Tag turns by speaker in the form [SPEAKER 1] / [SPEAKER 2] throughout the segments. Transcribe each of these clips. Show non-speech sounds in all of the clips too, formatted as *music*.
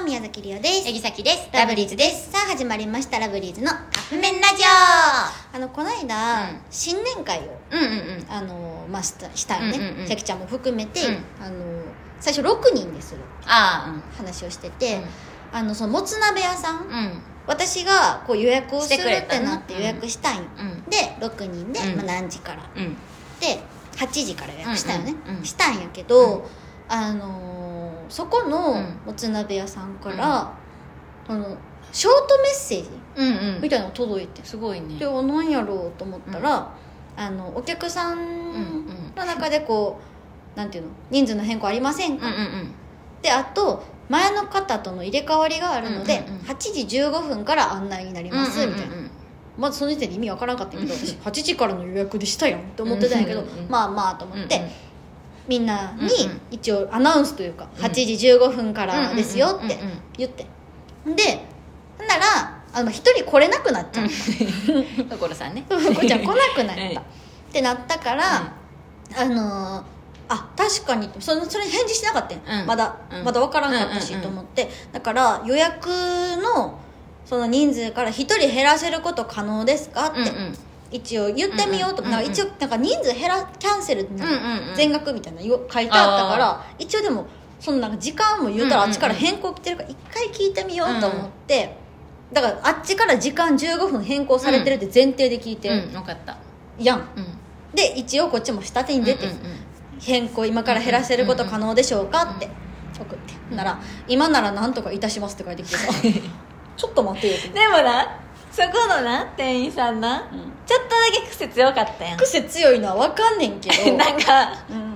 [SPEAKER 1] も宮崎りおです
[SPEAKER 2] えぎさきです
[SPEAKER 1] ラブリーズですさあ始まりましたラブリーズの
[SPEAKER 2] カップ麺ラジ
[SPEAKER 1] あのこの間、
[SPEAKER 2] うん
[SPEAKER 1] 新年会を
[SPEAKER 2] オうんうんうん
[SPEAKER 1] あのまあしたしたよね、
[SPEAKER 2] うんうんうん
[SPEAKER 1] さきちゃんも含めて、
[SPEAKER 2] う
[SPEAKER 1] あの最初6人でする
[SPEAKER 2] あ
[SPEAKER 1] 話をして
[SPEAKER 2] あ
[SPEAKER 1] て、あのそのもつ鍋屋さん、
[SPEAKER 2] うんうん
[SPEAKER 1] 私がこう予約をするっ
[SPEAKER 2] してく
[SPEAKER 1] て
[SPEAKER 2] れたの
[SPEAKER 1] なって予約したいん、
[SPEAKER 2] うん
[SPEAKER 1] で6人で、
[SPEAKER 2] うん
[SPEAKER 1] まあ、何時から
[SPEAKER 2] うん
[SPEAKER 1] で8時から予約したよね、
[SPEAKER 2] うんうんうん
[SPEAKER 1] したんやけど、
[SPEAKER 2] うん
[SPEAKER 1] あのーそこの
[SPEAKER 2] うん
[SPEAKER 1] もつ鍋屋さんから、そのショートメッセージ
[SPEAKER 2] うんう
[SPEAKER 1] み
[SPEAKER 2] ん
[SPEAKER 1] たいなのが届いて、
[SPEAKER 2] すごい
[SPEAKER 1] で
[SPEAKER 2] ね
[SPEAKER 1] おなんやろうと思ったら、あのお客さんの中でこうなんていうの人数の変更ありません
[SPEAKER 2] うんう
[SPEAKER 1] か、
[SPEAKER 2] んうん
[SPEAKER 1] であと前の方との入れ替わりがあるので、
[SPEAKER 2] うんうんうん
[SPEAKER 1] 8時15分から案内になります、みたいなまずその時点で意味わからんかったけど
[SPEAKER 2] うん
[SPEAKER 1] 私8時からの予約でしたやんって思ってたんやけど、
[SPEAKER 2] うんうんうん
[SPEAKER 1] まあまあと思って、みんなに
[SPEAKER 2] うんうん
[SPEAKER 1] 一応アナウンスというか、
[SPEAKER 2] うん
[SPEAKER 1] 8時15分からですよって
[SPEAKER 2] うんうんうんうん
[SPEAKER 1] 言ってでほんならあの1人来れなくなっちゃった
[SPEAKER 2] うん所さんね
[SPEAKER 1] ふう *laughs* こちゃん来なくなった、
[SPEAKER 2] はい
[SPEAKER 1] ってなったから、あのーあ確かにそのそれに返事しなかったん、
[SPEAKER 2] うん
[SPEAKER 1] まだ、
[SPEAKER 2] うん
[SPEAKER 1] まだ分からんかったし、
[SPEAKER 2] うんうん
[SPEAKER 1] と
[SPEAKER 2] うん
[SPEAKER 1] 思ってだから予約のその人数から1人減らせること可能ですかって、
[SPEAKER 2] うんうん
[SPEAKER 1] 一応言ってみようと、
[SPEAKER 2] うんうん
[SPEAKER 1] なんか一応なんか人数減らキャンセルってなんか
[SPEAKER 2] うんうんうん
[SPEAKER 1] 全額みたいなの書いてあったから一応でもそのなんか時間も言うたら
[SPEAKER 2] うん
[SPEAKER 1] あ
[SPEAKER 2] うんうん
[SPEAKER 1] っちから変更来てるから一回聞いてみようと思って、だからあっちから時間15分変更されてるって前提で聞いて、
[SPEAKER 2] うんよかった
[SPEAKER 1] やん
[SPEAKER 2] うん
[SPEAKER 1] で一応こっちも下手に出て、
[SPEAKER 2] うんうんうん
[SPEAKER 1] 変更今から減らせること可能でしょうかって送って、なら「今ならなんとかいたします」って書いてきて
[SPEAKER 2] *laughs*
[SPEAKER 1] さちょっと待ってよって
[SPEAKER 2] でもなそこのな店員さんな
[SPEAKER 1] うん
[SPEAKER 2] ちょっとだけ癖強かったやん
[SPEAKER 1] 癖強いのは分かんねんけ
[SPEAKER 2] *laughs*
[SPEAKER 1] ど
[SPEAKER 2] なんか
[SPEAKER 1] うん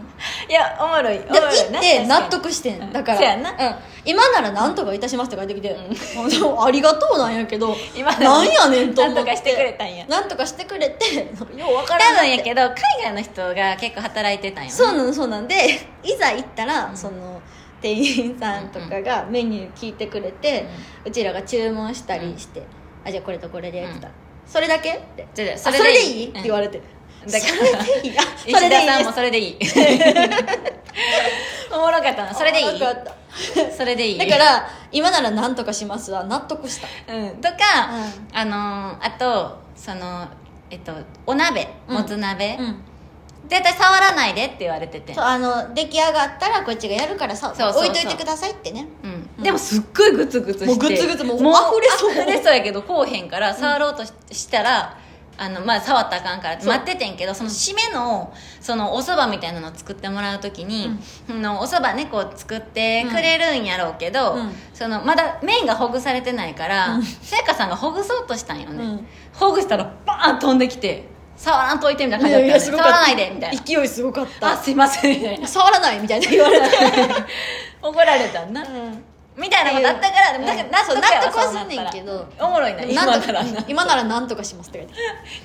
[SPEAKER 2] いやおもろいおも
[SPEAKER 1] でも
[SPEAKER 2] ろい
[SPEAKER 1] 行って納
[SPEAKER 2] 確か
[SPEAKER 1] 得して
[SPEAKER 2] うんん
[SPEAKER 1] だから
[SPEAKER 2] そうやんな
[SPEAKER 1] うん今ならなんとかいたしますって書いてきてあでもありがとうなんやけど
[SPEAKER 2] *laughs* 今なら
[SPEAKER 1] なんやねんと思って
[SPEAKER 2] なんとかしてくれたんや
[SPEAKER 1] なんとかしてくれてなんかようわから
[SPEAKER 2] 多
[SPEAKER 1] んなっ
[SPEAKER 2] 分
[SPEAKER 1] て
[SPEAKER 2] やけど海外の人が結構働いてたんよね
[SPEAKER 1] そうなのそうなんで *laughs* いざ行ったら、
[SPEAKER 2] ん
[SPEAKER 1] その店員さんとかがメニュー聞いてくれて、うちらが注文したりして「あじゃあこれとこれで」って言ったら、それだけ?」って
[SPEAKER 2] じゃ
[SPEAKER 1] 「
[SPEAKER 2] あそ
[SPEAKER 1] それ
[SPEAKER 2] れで
[SPEAKER 1] で
[SPEAKER 2] い
[SPEAKER 1] い
[SPEAKER 2] い
[SPEAKER 1] い?」って
[SPEAKER 2] うん
[SPEAKER 1] 言われて「
[SPEAKER 2] だから
[SPEAKER 1] それでいい?」あ
[SPEAKER 2] *laughs* 石
[SPEAKER 1] それでいい
[SPEAKER 2] 田さん
[SPEAKER 1] で
[SPEAKER 2] も
[SPEAKER 1] す」
[SPEAKER 2] それでいい *laughs* おもろかったな *laughs* それでい
[SPEAKER 1] わかった
[SPEAKER 2] いそれでいい
[SPEAKER 1] だから今なら何とかしますは納得した
[SPEAKER 2] うんとか、
[SPEAKER 1] う
[SPEAKER 2] あのーあとそのえっとお鍋
[SPEAKER 1] うん
[SPEAKER 2] もつ鍋、
[SPEAKER 1] うん
[SPEAKER 2] 絶対触らないでって言われてて
[SPEAKER 1] そうあの出来上がったらこっちがやるからさ
[SPEAKER 2] そうそうそう
[SPEAKER 1] 置いといてくださいってね
[SPEAKER 2] うん
[SPEAKER 1] うん
[SPEAKER 2] でもすっごいグツグツして
[SPEAKER 1] もうグツグツもう溢れそう
[SPEAKER 2] 溢れそうやけどこうへんから触ろうとししたら、あのまあ、触ったらあかんからって
[SPEAKER 1] そう
[SPEAKER 2] 待っててんけどその締めのそのおそばみたいなのを作ってもらう時に、
[SPEAKER 1] うん
[SPEAKER 2] そのおそばねこう作ってくれるんやろうけど、
[SPEAKER 1] うん
[SPEAKER 2] そのまだ麺がほぐされてないから、さやかさんがほぐそうとしたんよね、
[SPEAKER 1] うん
[SPEAKER 2] ほぐしたらバーン飛んできて「触らんといて」みたいな感じだったよね触らないでみたいな
[SPEAKER 1] 勢いすごかっ
[SPEAKER 2] 「あ
[SPEAKER 1] た
[SPEAKER 2] すいません」みたい *laughs* な
[SPEAKER 1] 触らないみたいな言われ
[SPEAKER 2] *laughs*
[SPEAKER 1] て、
[SPEAKER 2] 怒られたんな、みたいなことあったから、でもだから
[SPEAKER 1] うんそう
[SPEAKER 2] やわ
[SPEAKER 1] 納得は
[SPEAKER 2] そうなったら
[SPEAKER 1] すんねんけ
[SPEAKER 2] おもろいな、
[SPEAKER 1] でも
[SPEAKER 2] 今
[SPEAKER 1] なん
[SPEAKER 2] ならな。よ
[SPEAKER 1] 今なら何とかしますって書いて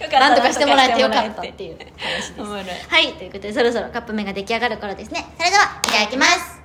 [SPEAKER 2] かった
[SPEAKER 1] 何とかしてもらえてよかったっていう話です
[SPEAKER 2] おもろい。
[SPEAKER 1] はいということでそろそろカップ麺が出来上がる頃ですねそれではいただきます